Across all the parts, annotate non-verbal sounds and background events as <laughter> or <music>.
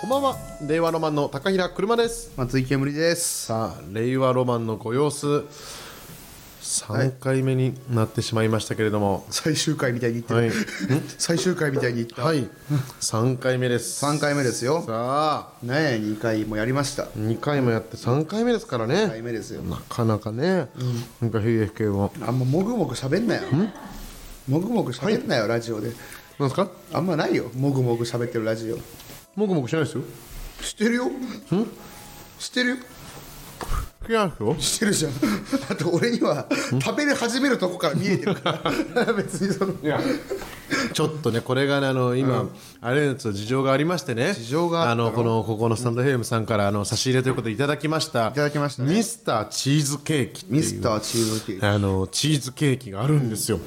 こんばんは令和ロマンの高平車です松井煙です。さあ令和ロマンのご様子3回目になってしまいましたけれども最終回みたいに言ってはい <laughs> る。最終回みたいに言った。はい3回目です3回目ですよ。さあねえ、2回もやりました。 2回もやって3回目ですから2回ね目ですよ。なかなかね、なんか FK もあんまもぐもぐ喋んなよ。もぐもぐ喋んなよ、ラジオで。なんですかあんまないよ、もぐもぐ喋ってるラジオ。もぐもぐしないですよしてるよ。してるよ。いやですよしてるじゃん。 <laughs> あと俺には食べる始めるとこから見えてるから。 <laughs> 別にその。ちょっとねこれがねあの今、あれの事情がありましてね事情があったののこのここのスタンドヘルムさんからあの差し入れということでいただきましたいただきましたねミスターチーズケーキっていうミスターチーズケーキ。あのチーズケーキがあるんですよ、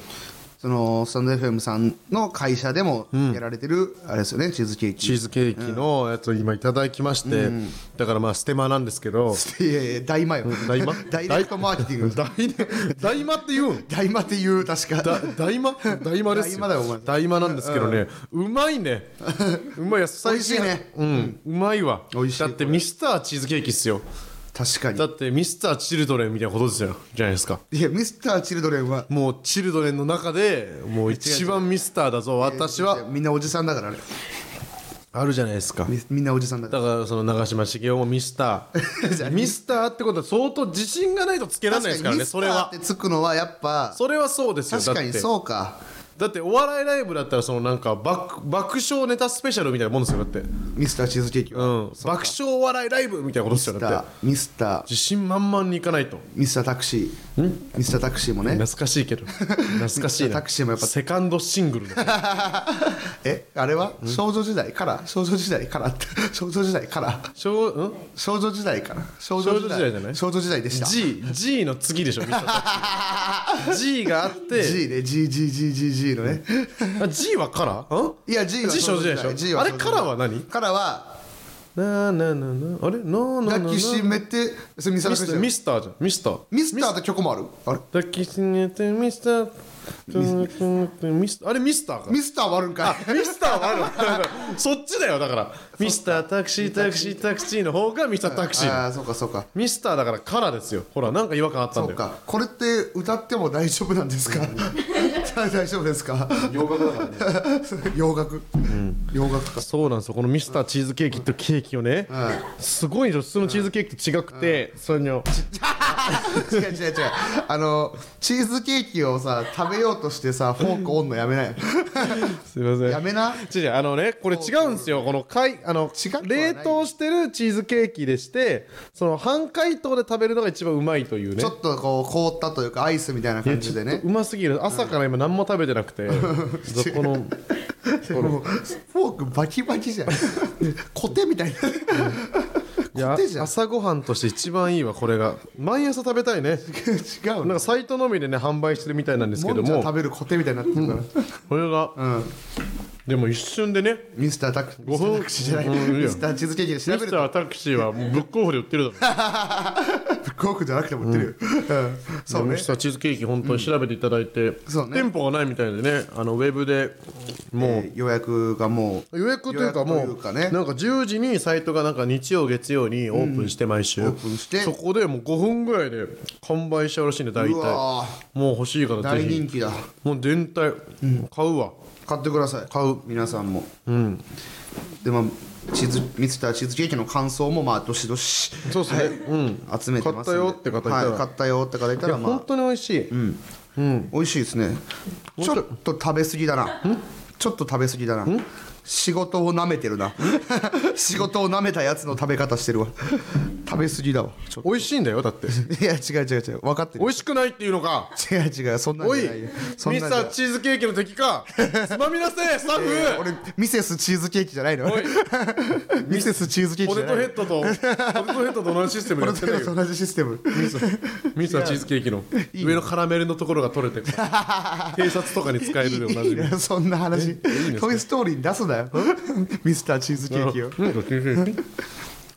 その、スタンド FM さんの会社でもやられてる、あれですよね、チーズケーキ。チーズケーキのやつを今いただきまして、だからまあステマなんですけどいやいや、大魔よ。大魔ダイレクトマーケティング。大 <laughs> 大魔って言うの大魔っていう、確か。だ大魔大魔ですよ大魔だよお前大魔なんですけどね、うまいね <laughs> うまいや最近美味しいねうん、うまいわ美味しいだってミスターチーズケーキっすよ確かにだ。ってミスターチルドレンみたいなことですよじゃないですかいや、ミスター・チルドレンは、もうチルドレンの中でもう一番ミスターだぞ私はみんなおじさんだからね。あるじゃないですかみみんなおじさんだかだからその長嶋茂雄もミスタじーゃ <laughs> あミスターってことは相当自信がないとつけらら。れないですからねミスタそれーっはてつくのは、やっぱ、それはそうですよ確かにだってそうか。だってお笑いライブだったらそのなんか爆爆笑ネタスペシャルみたいなもんですよだってミスター・チーズケーキは。うん、爆笑お笑いライブみたいなことですよミスタだっーて、ミスター、自信満々にいかないとミスタータクシー。ミスタータクシーもね。懐かしいけど懐かしいなタクシーもやっぱセカンドシングルだ <laughs> え、あれは少女時代から少女時代からって。 <laughs> 少女時代から小 <laughs> うん少女時代から少少女時代じゃない少女時代でした。 G, G の次でしょミスタータク <laughs> シー G があって G ね、GGGGG のね。あ G はカラーんいや G は G 少女時代でしょ G はあれカラーは何カラーはなあなあなあなああれなあなあなあなあ抱きしめてそれミスミタータクスシターーだよミスターじゃんミスターミスターって曲もあるあれ抱きしめてミスターミスあれミスターかミスターもあるんかいミスターはある <laughs> のそっちだよだからミスタータクシータクシータクシーの方がミスタータクシーああそうかそうかミスターだからカラーですよほらなんか違和感あったんそだうよかこれって歌っても大丈夫なんですか <laughs> 大丈夫ですか洋楽だからね洋楽洋楽かそうなんですよこのミスターチーズケーキってケーキをねすごいんですよ普通のチーズケーキと違くてそれの違う違う違うあのチーズケーキをさ食べようとしてさフォークオンのやめないすいませんやめな違うあのねこれ違うんですよこのかいあの違くはない冷凍してるチーズケーキでしてその半解凍で食べるのが一番うまいというねちょっとこう凍ったというかアイスみたいな感じでねうますぎる朝から今何も食べてなく <laughs> て、そこのもうフォークバキバキじゃんコテみたいいやコテじゃん朝ごはんとして一番いいわこれが毎朝食べたいねな違うなんのかサイトのみでね販売してるみたいなんですけもどんじゃも食べるコテみたいになってるから、これが、でも一瞬でねミスタータクシーごふんミスタータクシーじゃない、うんいいよミスターチーズケーキで調ミスべるタとータクシーはブックオフで売ってるだろブックオフじゃなくても売ってるよ、うんそうねミスターチーズケーキ本当に調べていただいて、そうね店舗がないみたいでねあのウェブでもう、えー予約がもう予約というか予も約うというかねなんか10時にサイトがなんか日曜月曜にオープンして毎週、オープンしてそこでもう5分ぐらいで完売しちゃうらしいんで大体うわもう欲しいからぜ大ひ人気だもう全体、買うわ買ってください買う皆さんも、でまあチーズミスターチーズケーキの感想もまあどしどしそうですね、うん集めてますんで買ったよって方いたらはい、買ったよって方いたらまあ本当に美味しい、美味しいですねちょっと食べ過ぎだなちょっと食べ過ぎだな仕事をなめてるな仕事をなめたやつの食べ方してるわ食べ過ぎだわちょっ美味しいんだよだってといや違う違う違う分かってる美味しくないっていうのか違う違うそんなんおじいゃないよミそんなスんじゃタないーチーズケーキの敵かつまみ出せスタ <laughs> ッフ、俺ミセスチーズケーキじゃないのおいミセスチーズケーキポじテゃトなヘいッドとポテトヘッドと同じシステムでやポっテてトなヘいよッドと同じシステムミスターチーズケーキの上のカラメルのところが取れ <laughs> てる偵察とかに使えるでおなじいいみなそんな話トイ・ストーリーに出すなよミスターチーズケーキをうんご機嫌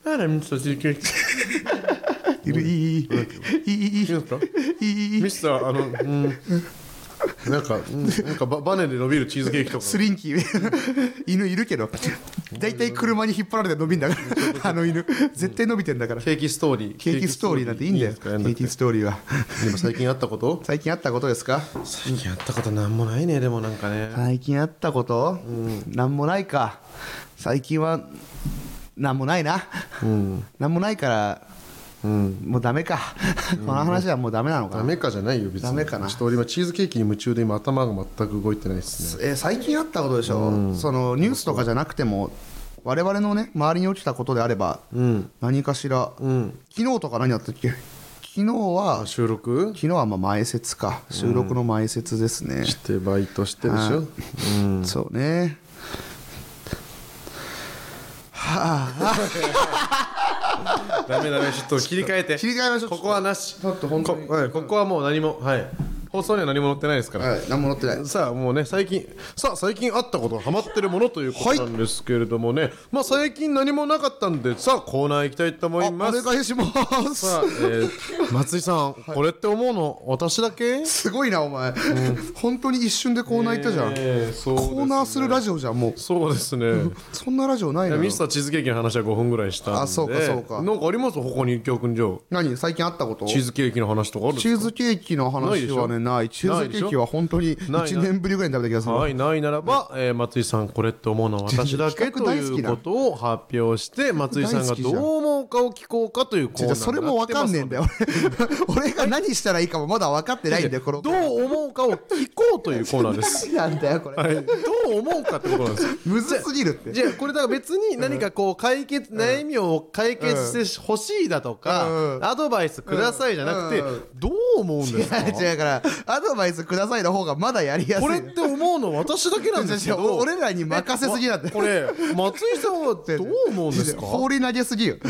あらミスターチーズケーキいいいいいいいいいいいいいいいいいいいいいいいですかミスターあのうんなんか、うんなんかババネで伸びるチーズケーキとかスリンキー犬いるけど大体車に引っ張られて伸びんだからあの犬絶対伸びてんだからケーキストーリーケーキストーリーなんていいんだよですケかやんーなくてキストーリーはでも最近あったこと最近あったことですか最近あったことなんもないねでもなんかね最近あったこと、なんもないか最近はなんもないな、なんもないから、もうダメか、この話はもうダメなのかダな、メかじゃないよ別にダメかなちょっと俺今チーズケーキに夢中で今頭が全く動いてないですねえー最近あったことでしょ、そのニュースとかじゃなくても我々のね周りに起きたことであれば、何かしら、昨日とか何やったっけ昨日はあ収録昨日はまあ前説か収録の前説ですね、してバイトしてでしょそうねダメダメちょっと切り替えて切り替えましょうここはなしちょっと本当にこはいここはもう何もはい放送には何も載ってないですから、はい何も載ってないさあもうね最近さあ最近あったことハマってるものということなんですけれどもね、まあ最近何もなかったんでさあコーナー行きたいと思いおます願いしますさあ、えー松井さん、これって思うの私だけすごいなお前、本当に一瞬でコーナー行ったじゃん、えーそうですねコーナーするラジオじゃんもうそうですねそんなラジオないいのやよミスターチーズケーキの話は5分ぐらいしたんであそうかそうかなんかあります他に教訓上何最近あったことチーズケーキの話とかあるんですチかーズケーキのない話でしはょねないチーズケーキは本当にない1年ぶりぐらいに食べた気がするはい、ないならば、えー松井さん、これって思うのは私だけ企画と大い好きうなことを発表して、松井さんがどう思うかを聞こうかというコーじナーゃあそれも分かんねえんだよ。よ俺 <laughs> 俺が何したらいいかもまだ分かってないんだよこのどう思うかを聞こうというコーナーです。何なんだよこはれい、どう思うかってことなんですよ。むずすぎるってじゃあこれだから別に何かこう解決、悩みを解決してほしいだとか、うんアドバイスくださいじゃなくて、うんうどう思うんですか違うだからアドバイスくださいの方がまだやりやすいこれって思うの私だけなんですけ違う違うど俺らに任せすぎなんだよえこれ松井さんはどう思うんですか放り投げすぎよ、ど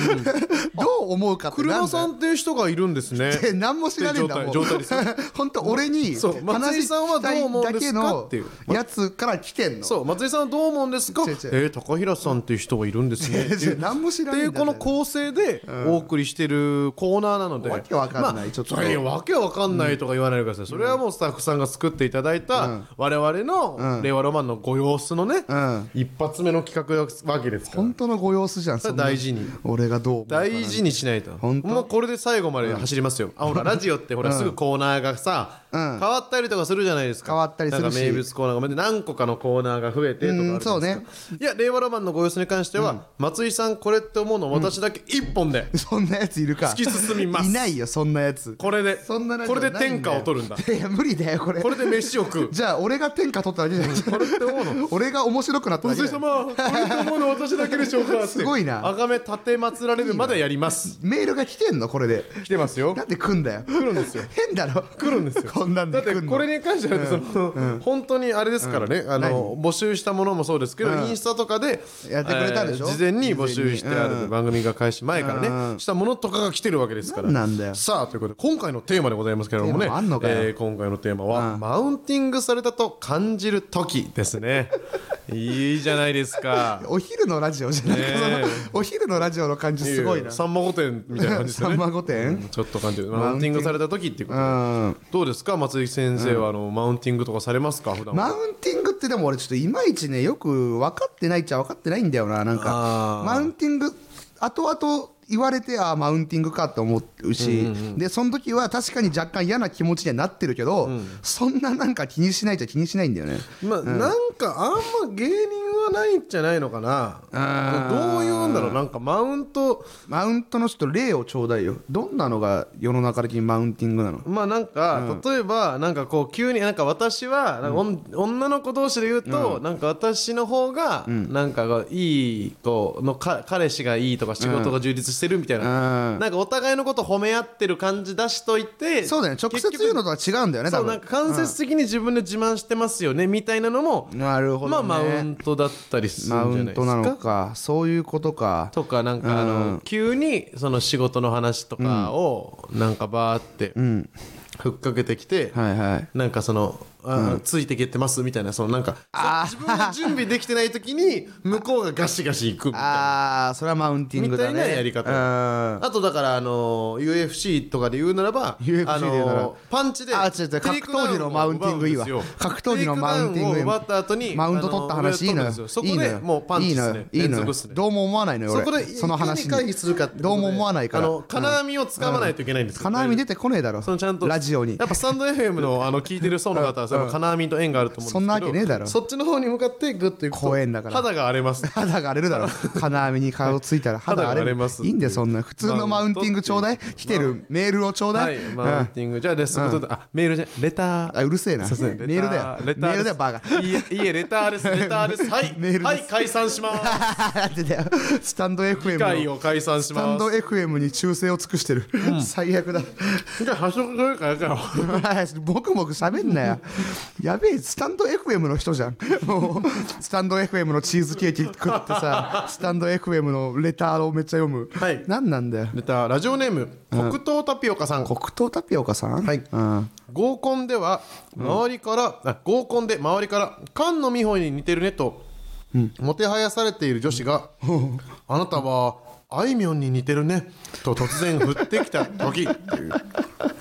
う思うかってなんだよ車さんっていう人がいるんですねって何も知らねえんだもん状態状態で <laughs> 本当俺にそう松井さんはどう思うんですかっていうやつから来てん <laughs> のそう松井さんはどう思うんですか違う違うえー、高平さんっていう人がいるんですねっ <laughs> 違うていう何も知らねえんだっていうこの構成でお送りしてるコーナーなので、わけわかんないまあちょっとそれわけわかんないとか言わないでください、それはもうスタッフさんが作っていただいた、我々の令和ロマンのご様子のね、うん一発目の企画なわけですから本当のご様子じゃんそんな大事に俺がどう思うかな大事にしないと本当もうこれで最後まで走りますよ、あほら <laughs> ラジオってほらすぐコーナーがさ、変わったりとかするじゃないですか変わったりするしなんか名物コーナーがまで何個かのコーナーが増えてとかあるじゃないですかうんそうねいや令和ロマンのご様子に関しては、松井さんこれって思うの私だけ一本で、そんなやついるか突き進みますいないよそんなやつこれでそんなラジこオれないでんだ天よ下を取るんだいや無理だよこれこれで飯を食うじゃあ俺が天下取っただけ <laughs> じゃんこれって思う <laughs> の俺が面白くなっただけ松井だ様よこれって思うの私だけでしょうかってすごいなあがめ立てまつられるまでやりますメールが来てんのこれで来てますよなんで来んだよ来るんですよ変だろ来るんですよこんなんだでっ来んてのこれに関してはその、本当にあれですからね、あの募集したものもそうですけど、インスタとかでやってくれたでしょえー事前に募集してある、事前にうん番組が開始前からね、したものとかが来てるわけですからなんだよさあということで今回のテーマでございますけれどもねテーマあんのかよー今回のテーマは、うんマウンティングされたと感じる時です <laughs> ねいいじゃないですかお昼のラジオじゃない、ねえその <laughs> お昼のラジオの感じ <laughs> すごいなさんま御殿みたいな感じですよさ <laughs> ねんま御殿ちょっと感じるマウンティングされた時っていうことでうんどうですか松井先生はあのマウンティングとかされますか普段はマウンティングってでも俺ちょっといまいちねよく分かってないっちゃ分かってないんだよななんあかーマウンティング後々言われてああマウンティングかって思うし、でその時は確かに若干嫌な気持ちにはなってるけど、そんななんか気にしないっちゃ気にしないんだよねまあ、なんかあんま芸人はないんじゃないのかなどういうんだろうなんかマウントマウントのちょっと例をちょうだいよどんなのが世の中的にマウンティングなのまあなんか、例えばなんかこう急になんか私はなんかおん、女の子同士で言うと、なんか私の方がなんかがいい子のか彼氏がいいとか仕事が充実してるみたいな、うんなんかお互いのこと褒め合ってる感じ出しといてそうだよね直接言うのとは違うんだよねそ多うなん分か間接的に自分で自慢してますよねみたいなのも、なるほまど、あね、マウントだったりするマんじウゃないでンすかトなのかそういうことかとかなんかあの急にその仕事の話とかをなんかバーってうんふっかけてきてはいはいなんかそのあついてけってますみたいなそのなんかあーそう自分が準備できてない時に向こうがガシガシいくみたいなああそれはマウンティングだねみたいなやり方うんあとだからあの UFC とかで言うならば UFC あので言うならパンチであ違う違うテイクダウン格闘技のマウンティングいいわを奪うんですよ格闘技のマウンティングテイクダウを奪った後にマウント取った話いいのあよ上を取るんいいのですよそこよでもうパンチいでいのすよねいいの連続よっすねどうも思わないのよそこで俺そのい話にかに回避するかってことでどうも思わないからあの金網をつかまないといけないんですよ金網出てこねえだろそのちゃんとラジオにやっぱスタンド FM のあの聞いてる層の方はそれも金網と縁があると思うんですけどそんなわけねえだろそっちの方に向かってグッといくと公園だから肌が荒れます肌が荒れる <laughs> だろ金網に顔ついたら肌が荒れ肌が荒れるますいいんでそんな普通のマウンティングちょうだい来てるメールをちょうだ、はいいうんマウンティングじゃあレスことであメールじゃレターあうるせえなそメうですねールだよメレターールだよバカ <laughs> いえいえレターですレターですはいメールですはい解散しますだってだよスタンド FM 機の会を解散しスタンまドす FM に忠誠を尽くしてる、最悪だ <laughs> じゃあ発色どれからやろうボクボク喋んなよやべえスタンド FM の人じゃんもうスタンド FM のチーズケーキ食ってさスタンド FM のレターをめっちゃ読む、はい何なんだよレターラジオネーム黒糖タピオカさん黒糖タピオカさんはい、うん、合コンでは周りから、あ合コンで周りから菅野美穂に似てるねと、もてはやされている女子が「あなたはあいみょんに似てるね」と突然振ってきた時っていう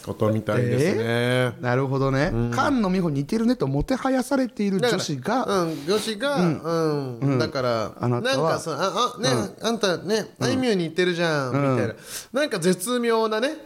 ことみたいですね。なるほどね、菅野美穂似てるねともてはやされているだから女子がうん、女子が、うん、だから、あなたはんかそのあ、あ、ね、あんたね、あいみょんに似てるじゃん、みたいな。なんか絶妙なね、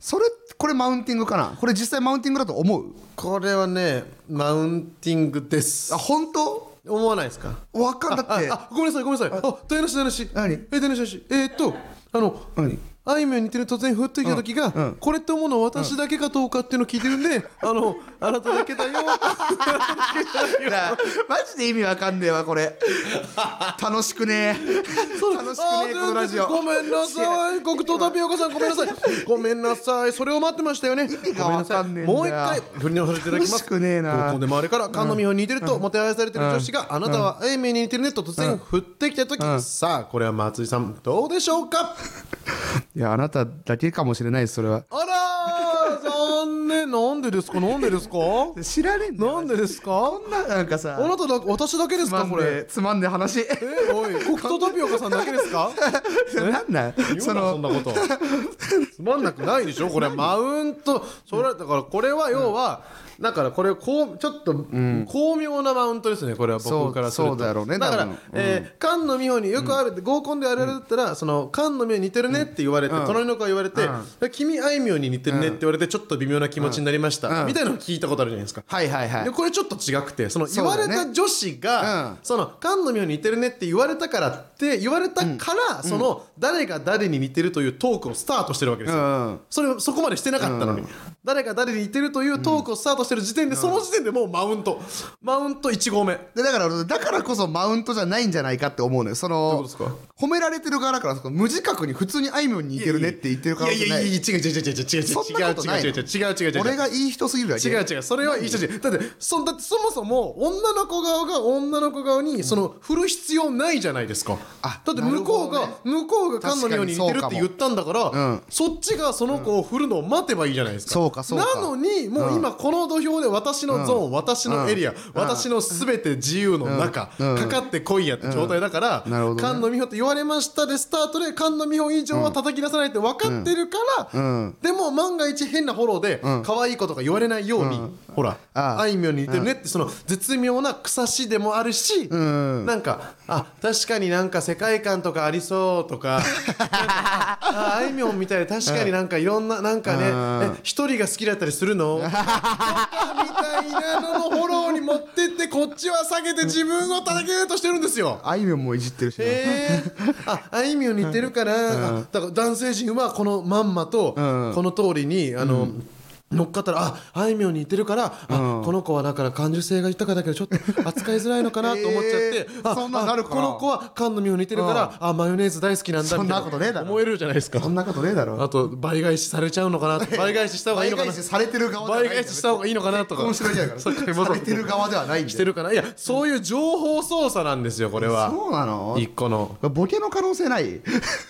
それこれマウンティングかなこれ実際マウンティングだと思うこれはね、マウンティングですあ。本当思わないですかわかんだって <laughs> あ、ごめんなさい、ごめんなさい。あ、台無し、台無し。何え、台無し、台無し。えーっと、あの、何あいみょんに似てる突然降ってきた時が、うんうんこれって思うの私だけかどうかっていうのを聞いてるんで、 <laughs> あの、あなただけだよ。 <laughs> なあマジで意味わかんねえわこれ楽しくねえ楽しくねえこのラジオあー <laughs> ごめんなさい黒糖タピオカさんごめんなさいごめんなさいそれを待ってましたよね意味がわかんねえんだよもう一回振り直させていただきま楽すしくねえな合コンで周りから菅野美穂に似てるともてはやされてる女子があなたはエイミーに似てるねと突然振ってきた時さあこれは松井さんどうでしょうかいやあなただけかもしれないですそれはあらー残念なんでですかなんで <laughs> ですか知らねえんだよなんでですかこんななんかさあなただ私だけですつまかんこでれつまんで話えおい黒糖タピオカさんだけです <laughs> かなんなん言そうなそんのなこと <laughs> つまんなくないでしょこれマウントそれだからこれは要は、だからこれこうちょっと、巧妙なマウントですねこれは僕からするとそうそうだろうねだから、多分えー菅野美穂によくある、合コンであれだったら、その菅野美穂に似てるねって言われて、隣の子が言われて、君あいみょんに似てるねって言われてちょっと微妙な気持ちになりました、みたいなのを聞いたことあるじゃないですかはいはいはでいこれちょっと違くてその言そうわれだねた女子が、うんその菅野美穂に似てるねって言われたからって言われたから、その誰が誰に似てるというトークをスタートしてるわけですよ、うんそれそこまでしてなかったのに、誰が誰に似てるというトークをスタートしてる時点で、その時点でもうマウントマウント1合目でだから俺だからこそマウントじゃないんじゃないかって思うのよそのどういうことです褒められてる側だからその無自覚に普通にあいみょんに似てるねって言ってるからいやいやいや違う違う違う違う違う違う違う違う違う違う違う違う違う違う違うそんなことないの違う違う俺がいい人すぎるだけ違う違うそれは一緒じゃんだってそんだってそもそも女の子側が女の子側にその振る必要ないじゃないですか、あだって向こうが、なるほ向こうが菅野美穂に似てるって言ったんだからかもうんそっちがその子を振るのを待てばいいじゃないですかそうかそうかなのにもう今この土俵で私のゾーン、私のエリア、私の全て自由の中、かかってこいやって状態だから、うんなるほどね菅野美穂って言われましたでスタートで菅野美穂以上は叩き出さないって分かってるから、うんでも万が一変なフォローで可愛いことが言われないように、ほらあああいみょんに似てるねってその絶妙な草しでもあるし、んなんかあ確かになんか世界観とかありそうと <laughs> かなんかああいみょんみたいで確かになんかいろんななんかねえ一人が好きだったりするのとかみたいなののフォローに持ってってこっちは下げて自分を叩けようとしてるんですよ。あいみょんもいじってるしなへえああいみょん似てるから、あだから男性陣はこのまんまと、うんこの通りにあの、乗っかったらああいみょんに似てるから、あこの子はだから感受性が豊かだけどちょっ <laughs> と扱いづらいのかなと思っちゃって、えーあそんなんなるあかこなの子は菅野美穂似てるから、あマヨネーズ大好きなんだみたいなそんなことねえだろ思えるじゃないですかそんなことねえだろあと倍返しされちゃうのかな <laughs> 倍返しした方がいい倍のか返なしされてる側じゃない倍返しした方がいいのかなとか結婚してるわけだからそう買い物されてる側ではないんだよしてるかないやそういう情報操作なんですよこれはそうなの一個のボケの可能性ない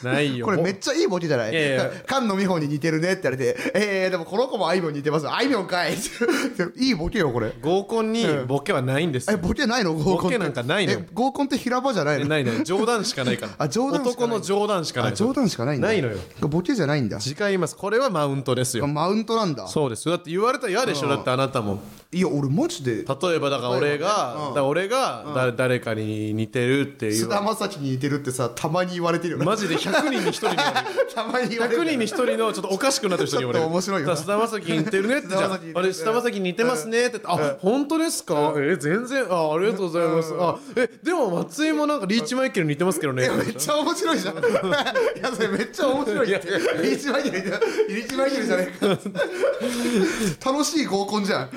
ないよこれめっちゃいいボケじゃないいやいや菅野美穂に似てるねって言われてえー、でもこの子もあいみょんんに似てますあいみょんかい <laughs> いいボケよこれ合コンにボケはないんですえよボケないの合コンってボケなんかないのえ合コンって平場じゃないのないない冗談しかないからあ冗談しかない男の冗談しかなあい冗談しかないんだないのよボケじゃないんだ次回言いますこれはマウントですよマウントなんだそうですだって言われたら嫌でしょだってあなたもいや俺マジで例えばだから俺が、だから俺がだ、誰かに似てるっていう菅田将暉に似てるってさたまに言われてるよねマジで100人に1人に言われる <laughs> たまに言われ100て人に1る人のちょっとおかしくなった人に言われるちょっと面白いよなだから菅田将暉似てるねってじゃ菅田あ将暉似てるあれ菅田将暉似てますねってあ本当ですかえ全然あありがとうございますあえでも松井もなんかリーチマイケル似てますけどねめっちゃ面白いじゃんいやそれめっちゃ面白いってリーチマイケルじゃリーチマイケルじゃねえか楽しい合コンじゃん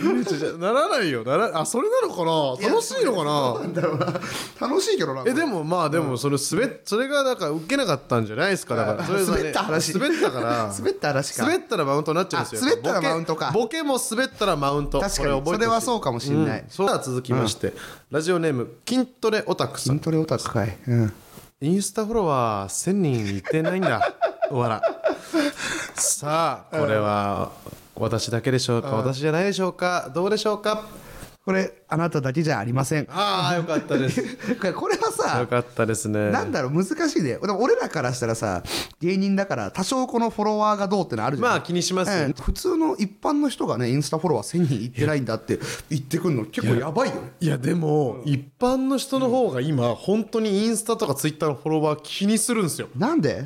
ならないよならあそれなのかな楽しいのかな楽しいけどなえでもまあでもそれ滑っそれがだから受けなかったんじゃないですかだからそれがね滑った話滑ったから滑った話か滑ったらマウントになっちゃうんですよあ滑ったらマウントかボケボケも滑ったらマウント確かにこそ覚えてれほしいはそうかもしれない、そうさあ続きまして、ラジオネーム筋トレオタクさん筋トレオタクかい、うん、インスタフォロワー1000人いってないん <laughs> だわらさあこれは私だけでしょうか私じゃないでしょうかどうでしょうかこれあなただけじゃありませんこああよかったですよれこれはさかったですねなんだろう難しいねでも俺らからしたらさ芸人だから多少このフォロワーがどうってのあるじゃん、まあ気にしますよ、うん普通の一般の人がねインスタフォロワー1000人いってないんだって言ってくんの結構やばいよねいやでも、一般の人の方が今、本当にインスタとかツイッターのフォロワー気にするんですよなんで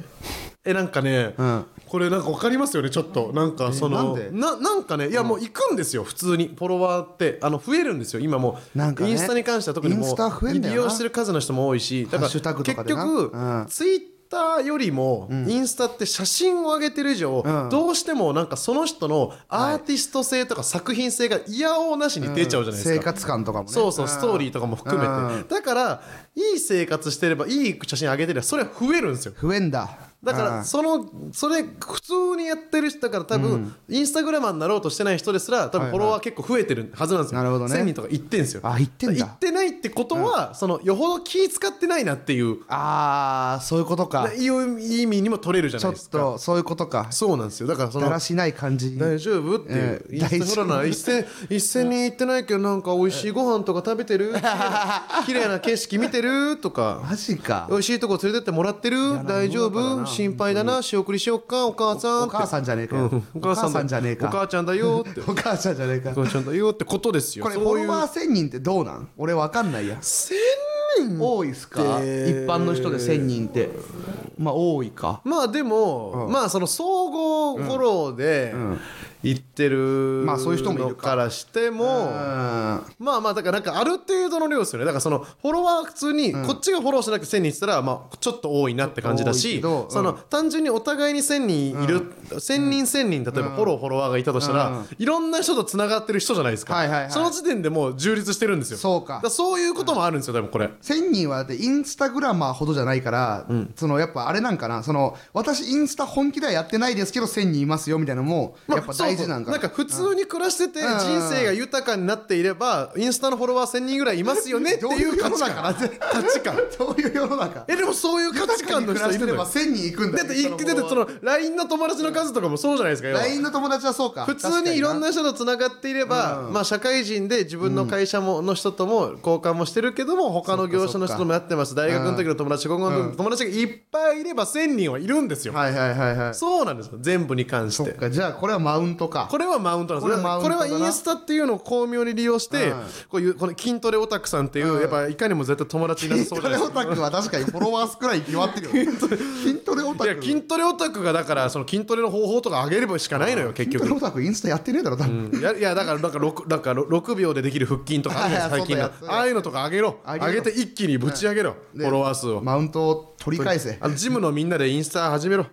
えなんかね、うんこれなんか分かりますよねちょっとなんかそのえなんなでなんかねいやもう行くんですよ普通にフォロワーってあの増えるんですよ今もうなんかねインスタに関しては特にもうインスタ増えんだよな利用してる数の人も多いしだハかッシュタらグとか結でな局、うんツイッターよりもインスタって写真を上げてる以上、うんどうしてもなんかその人のアーティスト性とか作品性がいやおうなしに出ちゃうじゃないですか、生活感とかもねそうそうストーリーとかも含めうてだからいい生活してればいい写真上げてればそれは増えるんですよ増えんだだかうんらそのそれ普通にやってる人だから多分インスタグラマーになろうとしてない人ですら多分フォロワー結構増えてるはずなんですよなるほどね1000人とか言ってんですよあ言ってんだ言ってないってことはそのよほど気使ってないなっていうああそういうことかいう意味にも取れるじゃちなょいっですかとそういうことかそうなんですよだからそだのらしない感じ大丈夫っていう、ええインスタフォロワーな一千一千人行ってないけどなんか美味しいご飯とか食べてる綺麗な景色見てるとかマジか美味しいとこ連れてってもらってる大丈夫心配だな仕送りしよっかお母さんお母さんじゃねえかよお <laughs> お母母さんさんじゃねえお母かちゃんだよって <laughs> お母ちゃんじゃねえかお母ちゃんだよってことですよこれフそういォうロワー1000人ってどうなん俺わかんないや千人多いっすか一般の人で1000人ってまあ多いかまあでも、まあその総合フォローで行ってるまあそういう人もいのるかからしても、うんまあまあだからなんかある程度の量ですよねだからそのフォロワー普通にこっちがフォローしなくて1000人したらまあちょっと多いなって感じだ多いしけどうんその単純にお互いに1000人いる1000人1000人例えばフォローフォロワーがいたとしたらいろんな人とつながってる人じゃないですはいはいはかいその時点でもう充実してるんですよそうかだらそういうこともあるんですよ多分これ1000人はだってインスタグラマーほどじゃないから、そのやっぱあれなんかなその私インスタ本気ではやってないですけど1000人いますよみたいなのもまあやっぱ大事なんかな,、そうそうなんか普通に暮らしてて人生が豊かになっていればインスタのフォロワー1000人ぐらいいますよねっていう価値観価値観 <laughs> そういう世の中 <laughs> えでもそういう価値観の暮人らいしるのてれよば1000人いくんだだっていだってそのの LINE の友達の数とかもそうじゃないですか要は LINE の友達はそうか普通にいろんな人とつながっていれば、まあ、社会人で自分の会社もの人とも交換もしてるけども他の業種の人ともやってます大学の時の友達高校の時の友達がいっぱいいれば1000人はいるんですよ、はいはいはいはいそうなんですよ全部に関しそってかじゃあこれはマウントかこれはマウントなんですこれはマウントこれだなはインスタっていうのを巧妙に利用して、うんこういうこの筋トレオタクさんっていう、やっぱいかにも絶対友達になさそうじ筋トゃなレいですオかタクは確かにフォロワー少ないに決まってるよ筋トレオタいやク筋トレオタクがだからその筋トレの方法とか上げればしかないのよ結筋ト局レオタクインスタやってねえだろ多分、やいやだからなんか6なんかろ6秒でできる腹筋とかあるじゃ <laughs> ないですか最近はのいはいそうだよああいうのとか上げろ上上げろげて一気にぶち上げろフでォロワー数をマウントを取り返せあのジムのみんなでインスタ始 <laughs> めろ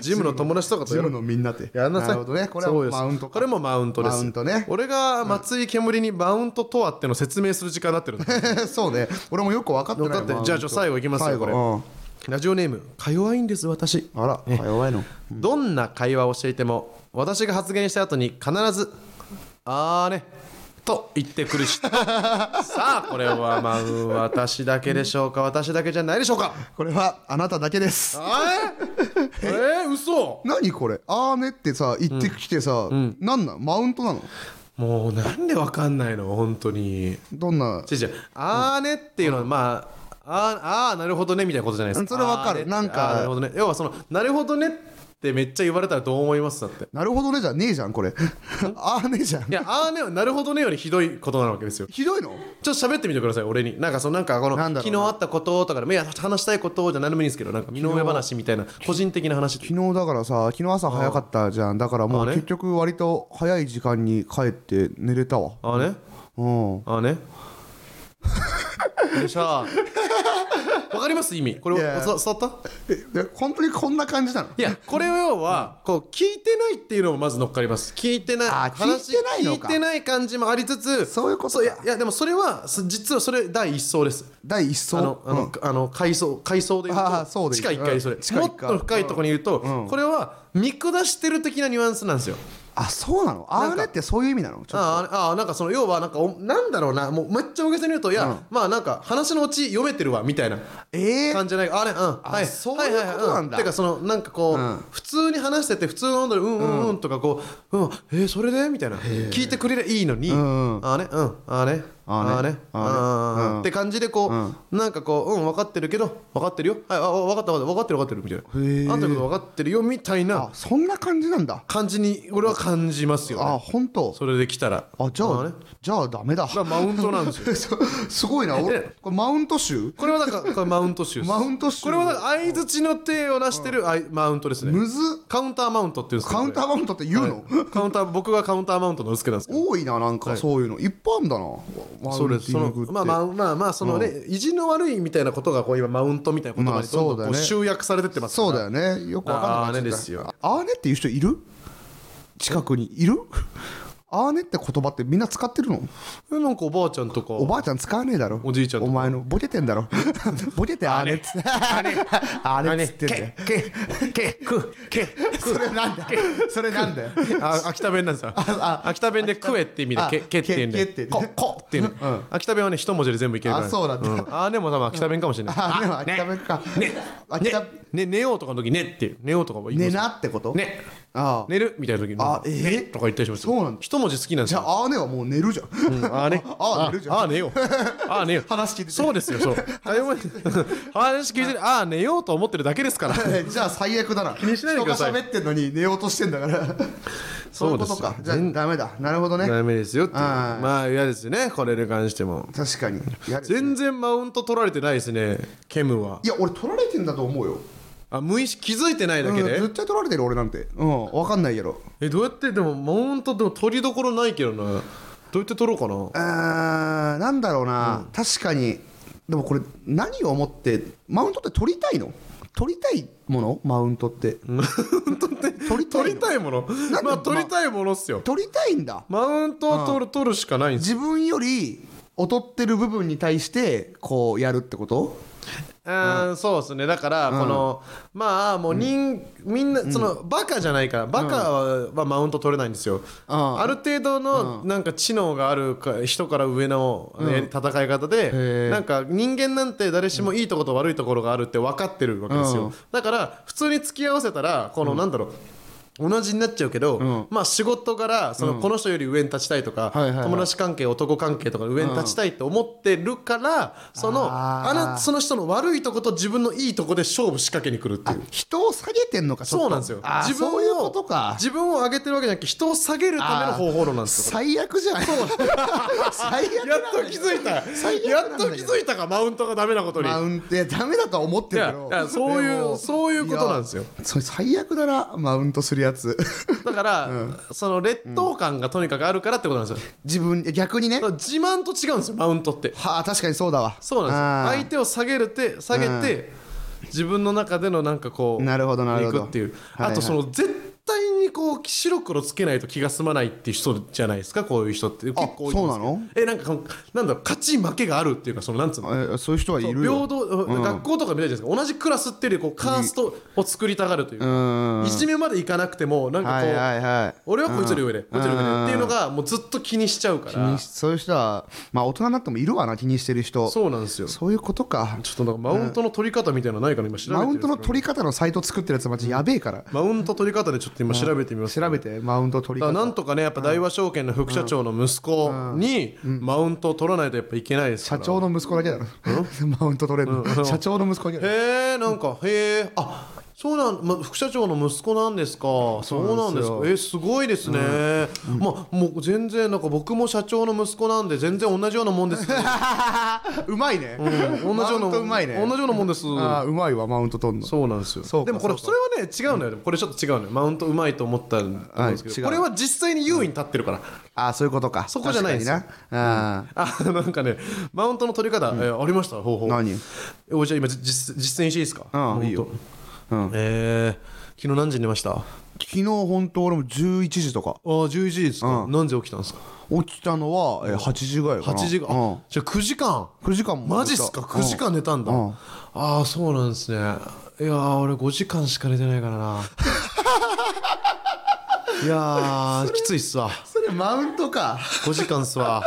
ジムの友達とかとジやムろのみんなってやんなさいなるほどねこれそうではすマウントかこれもマウントですマウントね俺が松井煙にマウントとはっての説明する時間になってるんだ <laughs> そうね俺もよく分かってない分かってるまあじゃあちょ最後いきますよ最後こラジオネームか弱いんです私うんあらか弱いのどんな会話をしていても私が発言した後に必ず「あーね」と言ってくる <laughs> 人さあこれはまあ私だけでしょうか私だけじゃないでしょうかこれはあなただけですあええー、嘘何これあーねってさ言ってきてさ、なんなんマウントなのもうなんでわかんないの本当にどんな違う違うあーねっていうのはまああーあーなるほどねみたいなことじゃないですかそれわかるあーねなんかあーなるほどね要はそのなるほどねってめっちゃ言われたらどう思いますだってなるほどねじゃねえじゃ <laughs> んこれあーねじゃんいやあーねはなるほどねよりひどいことなわけですよひどいのちょっと喋ってみてください俺になんかそのなんかこのなんだろう昨な日あったこととかでもいや話したいことじゃ何でもいいんですけどなんか身の上話みたいな個人的な話昨日だからさ昨日朝早かったじゃんだからもあうーね結局割と早い時間に帰って寝れたわあーねうんあー <laughs> ねでさわかります意味これいや伝わ伝わったえで本当にこんな感じなのいやこれは要はこう聞いてないっていうのもまず乗っかります聞いてないあ話聞いてないのか聞いてない感じもありつつそういうことそういかやいやでもそれはす実はそれ第一層です第一あ層のあの,、あの階層階層で言うあーそうと地です下1階それ、うん地下も一っ階と深いところに言うと、これは見下してる的なニュアンスなんですよあそうなのあーねってそういう意味なのちょっあーあーなんかその要はなんかおなんだろうなもうめっちゃ大げさに言うといや、まあなんか話のうち読めてるわみたいなとえー、感じじゃないかあれうんはいそうはいはいいうことなんだうてかそのなんかこう、うん普通に話してて普通の温度でうんうんうんとかこううんえー、それでみたいな聞いてくれりゃいいのに、んあーねうんあーねああーーねねあーねあーうんって感じでこう、なんかこううん分かってるけど分かってるよはいあ分かった分かった分かってる分かってるみたいへーなあんたのこと分かってるよみたいなあそんな感じなんだ感じに俺は感じますよ、あね、本当それで来たらあじゃあーねじゃあダメだだ <laughs> からマウントなんですよすごいな俺これマウント州これはなんかこれマウント集ですマウント集これはなんか相槌の手を出してるあいマウントですねむずっカウンターマウントっていうんですけどカウンターマウントって言うの、カウンター僕がカウンターマウントのつけなんですけど多いななんかそういうの、いっぱいあんだなマそうウンでテすそィのングってまあまあまあまあそのね、意地の悪いみたいなことがこう今マウントみたいな言葉にどんどんこまあそうだようね集約されてってますからそうだよねよくわかんないあーねですよあーねっていう人いる近くにいるあーねって言葉ってみんな使ってるのえなんかおばあちゃんとかおばあちゃん使わねえだろおじいちゃんとおか前のボケてんだろ <laughs> ボケてあーねっつって <laughs> あーねっつってんだよけけくけくそれなんだそれなんだよあ秋田弁なんですよ秋田弁で「食え」って意味で「あけ」けって言うんでけけってこ」こっていうね秋田弁はね一文字で全部いけるからあそうなんだんあでも多分秋田弁かもしれない <laughs> あーねは諦めるかね秋ね田ね寝ようとかの時ねっていう寝ようとかも言いまねすなってことねああ寝るみたいな時にあえーねとか言ったりしますそうなんだ一文字好きなんですじゃよああーねはもう寝るじゃん <laughs> ああねあ寝るじゃんあ寝 <laughs> ようあ寝よう話聞いててそうですよそう話聞いてるあ寝ようと思ってるだけ <laughs> ですからじゃあ最悪だな気にしないでください人が喋ってんのに寝ようとしてんだ <laughs> からそういうことそかうでじすゃよあダメだなるほどねダメですよっていうあーまあ嫌ですよねこれに関しても確かにやる全然マウント取られてないですねケムはいや俺取られてんだと思うよあ無意識気づいてないだうんけで絶対取られてる俺なんてうん分かんないやろえどうやってでもマウントでも取りどころないけどなどうやって取ろうかなうーんなんだろうな確かにでもこれ何を思ってマウントって取りたいの取りたいものマウン <laughs> トってマウントって取りたい取りのたいものなんでまあ取りたいものっすよ取りたいんだマウントを取る取るしかないんです自分より劣ってる部分に対してこうやるってことうん、そうですねだからこの、まあもう人、みんなその、バカじゃないからバカは,、はマウント取れないんですよ、うんある程度の、なんか知能があるか人から上の、ね戦い方で、ーなんか人間なんて誰しもいいとこと悪いところがあるって分かってるわけですよ、うんだから普通に付き合わせたらこの、なんだろう同じになっちゃうけど、んまあ仕事からその、この人より上に立ちたいとか、はいはいはい友達関係男関係とか上に立ちたいって思ってるから、そのあーあなその人の悪いとこと自分のいいとこで勝負仕掛けに来るっていう。人を下げてんのかちょっとそうなんですよ。あー自分をそういうことか自分を上げてるわけじゃなくて人を下げるための方法論なんですよ。最悪じゃん最悪やっと気づいた。最悪やなっんだけどと気づいたかマウントがダメなことに。マウントいやダメだとは思ってるけどいやいやそういうもそういうことなんですよいやそれ最悪だなマウントするやつだから、その劣等感がとにかくあるからってことなんですよ。自分 <laughs> 逆にねだから自慢と違うんですよマウントって。はあ確かにそうだわそうなんですよ。相手を下げるて下げて、自分の中でのなんかこうなるほどなるほどいくっていう。はいはいあとその絶対にこう白黒つけないと気が済まないっていう人じゃないですかこういう人って結構多いと思んですけどえなんかこのなんだろう勝ち負けがあるっていうかそのなんつうのえそういう人はいそうる平よ等、学校とかみたいじゃないですか同じクラスっていうよりこうカーストを作りたがるといううか、んいじめまでいかなくてもなんかはこう、いはいはい俺はこいつより上で、こいつより上うんでっていうのがもうずっと気にしちゃうか気にらしそういう人はまあ大人になってもいるわな気にしてる人そうなんですよちょそういうことかっとなんかマウントの取り方みたいなのないかな今調べてマるんウンですけどトの取り方のサイト作ってるやつマジやべえからマウント取り方でちょっと今調べてみます調べてマウント取りだからな方んとかねやっぱ大和証券の副社長の息子にマウントを取らないとやっぱいけないですか社ら長の息子だけだろ <laughs> マウント取れるの社長の息子だけだろへえんかへえあそうなん、ま、副社長の息子なんですかそうなんですかそうなんえすごいですね、まあもう全然なんか僕も社長の息子なんで全然同じようなもんです、うまいねうん同じようなマウントうまいね同じようなもんですあーうまいわマウント取んのそうなんですよそうかでもこれそうそれはね違うのよ、でもこれちょっと違うのよマウントうまいと思ったんですけど、はいこ違れうは実際に優位に立ってるから、ああそういうことかそこじゃないんですよ確かになああなんかねマウントの取り方、えーありました方法ー何えおじゃあ今実実践していいですかうんいいよ本う当んえー昨日何時に寝ましたあ昨日本当俺も11時とか11時ですか、何時起きたんですか起きたのはえー8時ぐらいかな8時間、あうんじゃあ9時間9時間もマジっすか9時間寝たんだ、うんああそうなんですねいやー俺5時間しか寝てないから <laughs> ないやーきついっすわそれマウントか5時間っすわ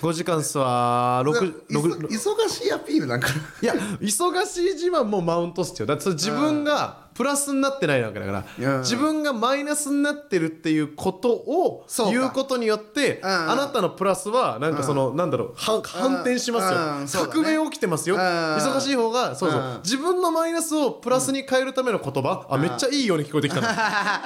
5時間っすわ6いそ忙しいアピールなんかいや忙しい自慢もマウントっすよだってそれ自分がプラスになってないわけだかうらん自分がマイナスになってるっていうことをそうか言うことによってんうんあなたのプラスはなんかそのなんだろうは反転しうまんすそうよだね革命起きてますようん忙しい方がそうそううん自分のマイナスをプラスに変えるための言葉あめっちゃいいように聞こえてきたな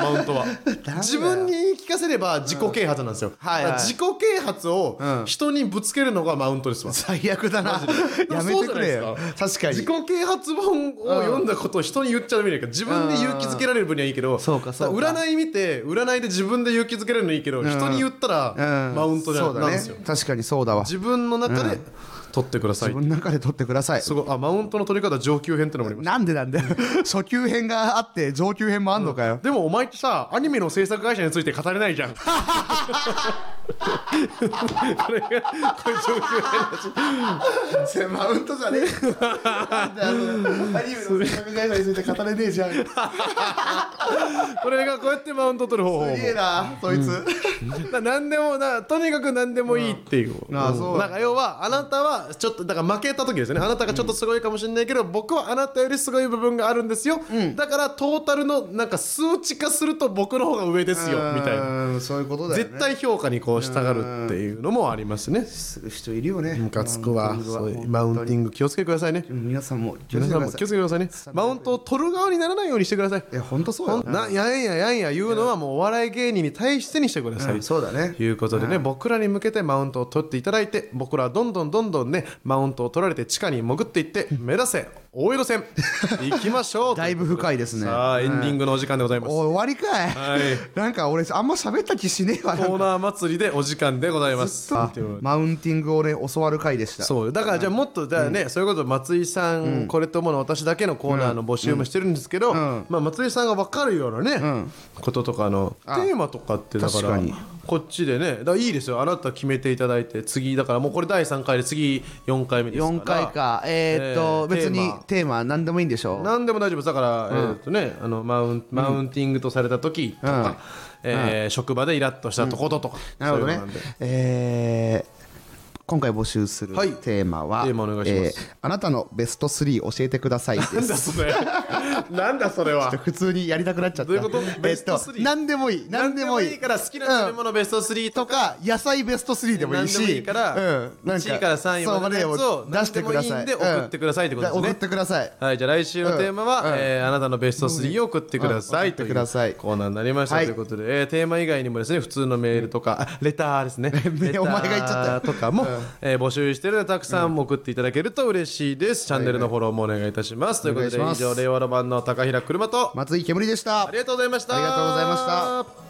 マウント <laughs> はだよ自分に言い聞かせれば自己啓発なんですよだはいはいから自己啓発をうん人にぶつけるのがマウントですわ最悪だなやめてくれでよもそうじゃないです確か自に己啓発本を読んだことを人に言っちゃダメだけど自分で勇気づけられる分にはいいけどそうかそうかだら占い見て占いで自分で勇気づけられるのいいけど人に言ったらうんマウントじゃそうなだいんでねすよ確かにそうだわ自自分の中で取ってください分の中で取ってくださいすごいあマウントの取り方上級編ってのもありましなんでなんだよ初級編があって上級編もあんのかよたでもお前ってさアニメの制作会社について語れないじゃ <laughs> んこれがこれ上級編それマウントじゃねえなんであのアニメの制作会社について語れねえじゃんすこれがこうやってマウント取る方法もげえなそいつ、な何でもなとにかく何でもいいっていう、んああそうなんか要はあなたはちょっとだから負けた時ですよねあなたがちょっとすごいかもしれないけど、僕はあなたよりすごい部分があるんですよ、だからトータルのなんか数値化すると僕の方が上ですよみたいななそういうことだよね絶対評価にこう従るっていうのもありますねする人いるよねムカつくわマウンティそングはういうマウンティング気をつけてくださいね皆さんも気をつ皆けてさくんだもさ気をいつけてくださいねマウントを取る側にならないようにしてくださいいや本当そうほよんなやんややんや言うのはもうお笑い芸人に対してにしてください、うんそうだねということでね、僕らに向けてマウントを取っていただいて僕らはどんどんどんどんねマウントを取られて地下に潜ってい <laughs> って目指せ大江戸線行きましょうだいぶ深いですねさあエンディングのお時間でございます、おい終わりかい、はいなんか俺あんま喋った気しねえわコーナー祭りでお時間でございますあということでマウンティングをね教わる回でしたそうだからじゃあもっとだね、そういうこと松井さん、これと思うの私だけのコーナーの募集もしてるんですけど、んまあ、松井さんが分かるようなね、んこととかのテーマとかってだから確かにこっちでねだからいいですよあなた決めていただいて次だからもうこれ第3回で次4回目ですから4回かえーっと、えー別にテーマ何でもいいんでしょ何でも大丈夫ですだから、えーっとねあのマウンマウンティングとされた時とか、えー職場でイラッとしたとこととか、なるほどそういうのねなん <laughs> でえー今回募集するはいテーマは、テーマお願いしますあなたのベスト3教えてくださいでなんだすそれなんだそれは普通にやりたくなっちゃっどたういうことベストえっと、 3何でもいい何でもいいから好きな食べ物ベスト3ととか、か野菜ベスト3でもいいし何でもいいからうん、なん1位から3位そうまでのやつを出してください何でもいいんで送ってくださいってことですねうん送ってくださいはいじゃあ来週のテーマは、えーあなたのベスト3を送ってください、うん送ってくださいとうコーナーになりました、はいということで、えーテーマ以外にもですね普通のメールとか、あレターです <laughs> ねレターお前が言っちゃったとかも、えー募集してるのでたくさん送っていただけると嬉しいです、チャンネルのフォローもお願いいたします、お願といしいうことますで以上令和ロマンの高平車と松井煙でしたありがとうございましたありがとうございました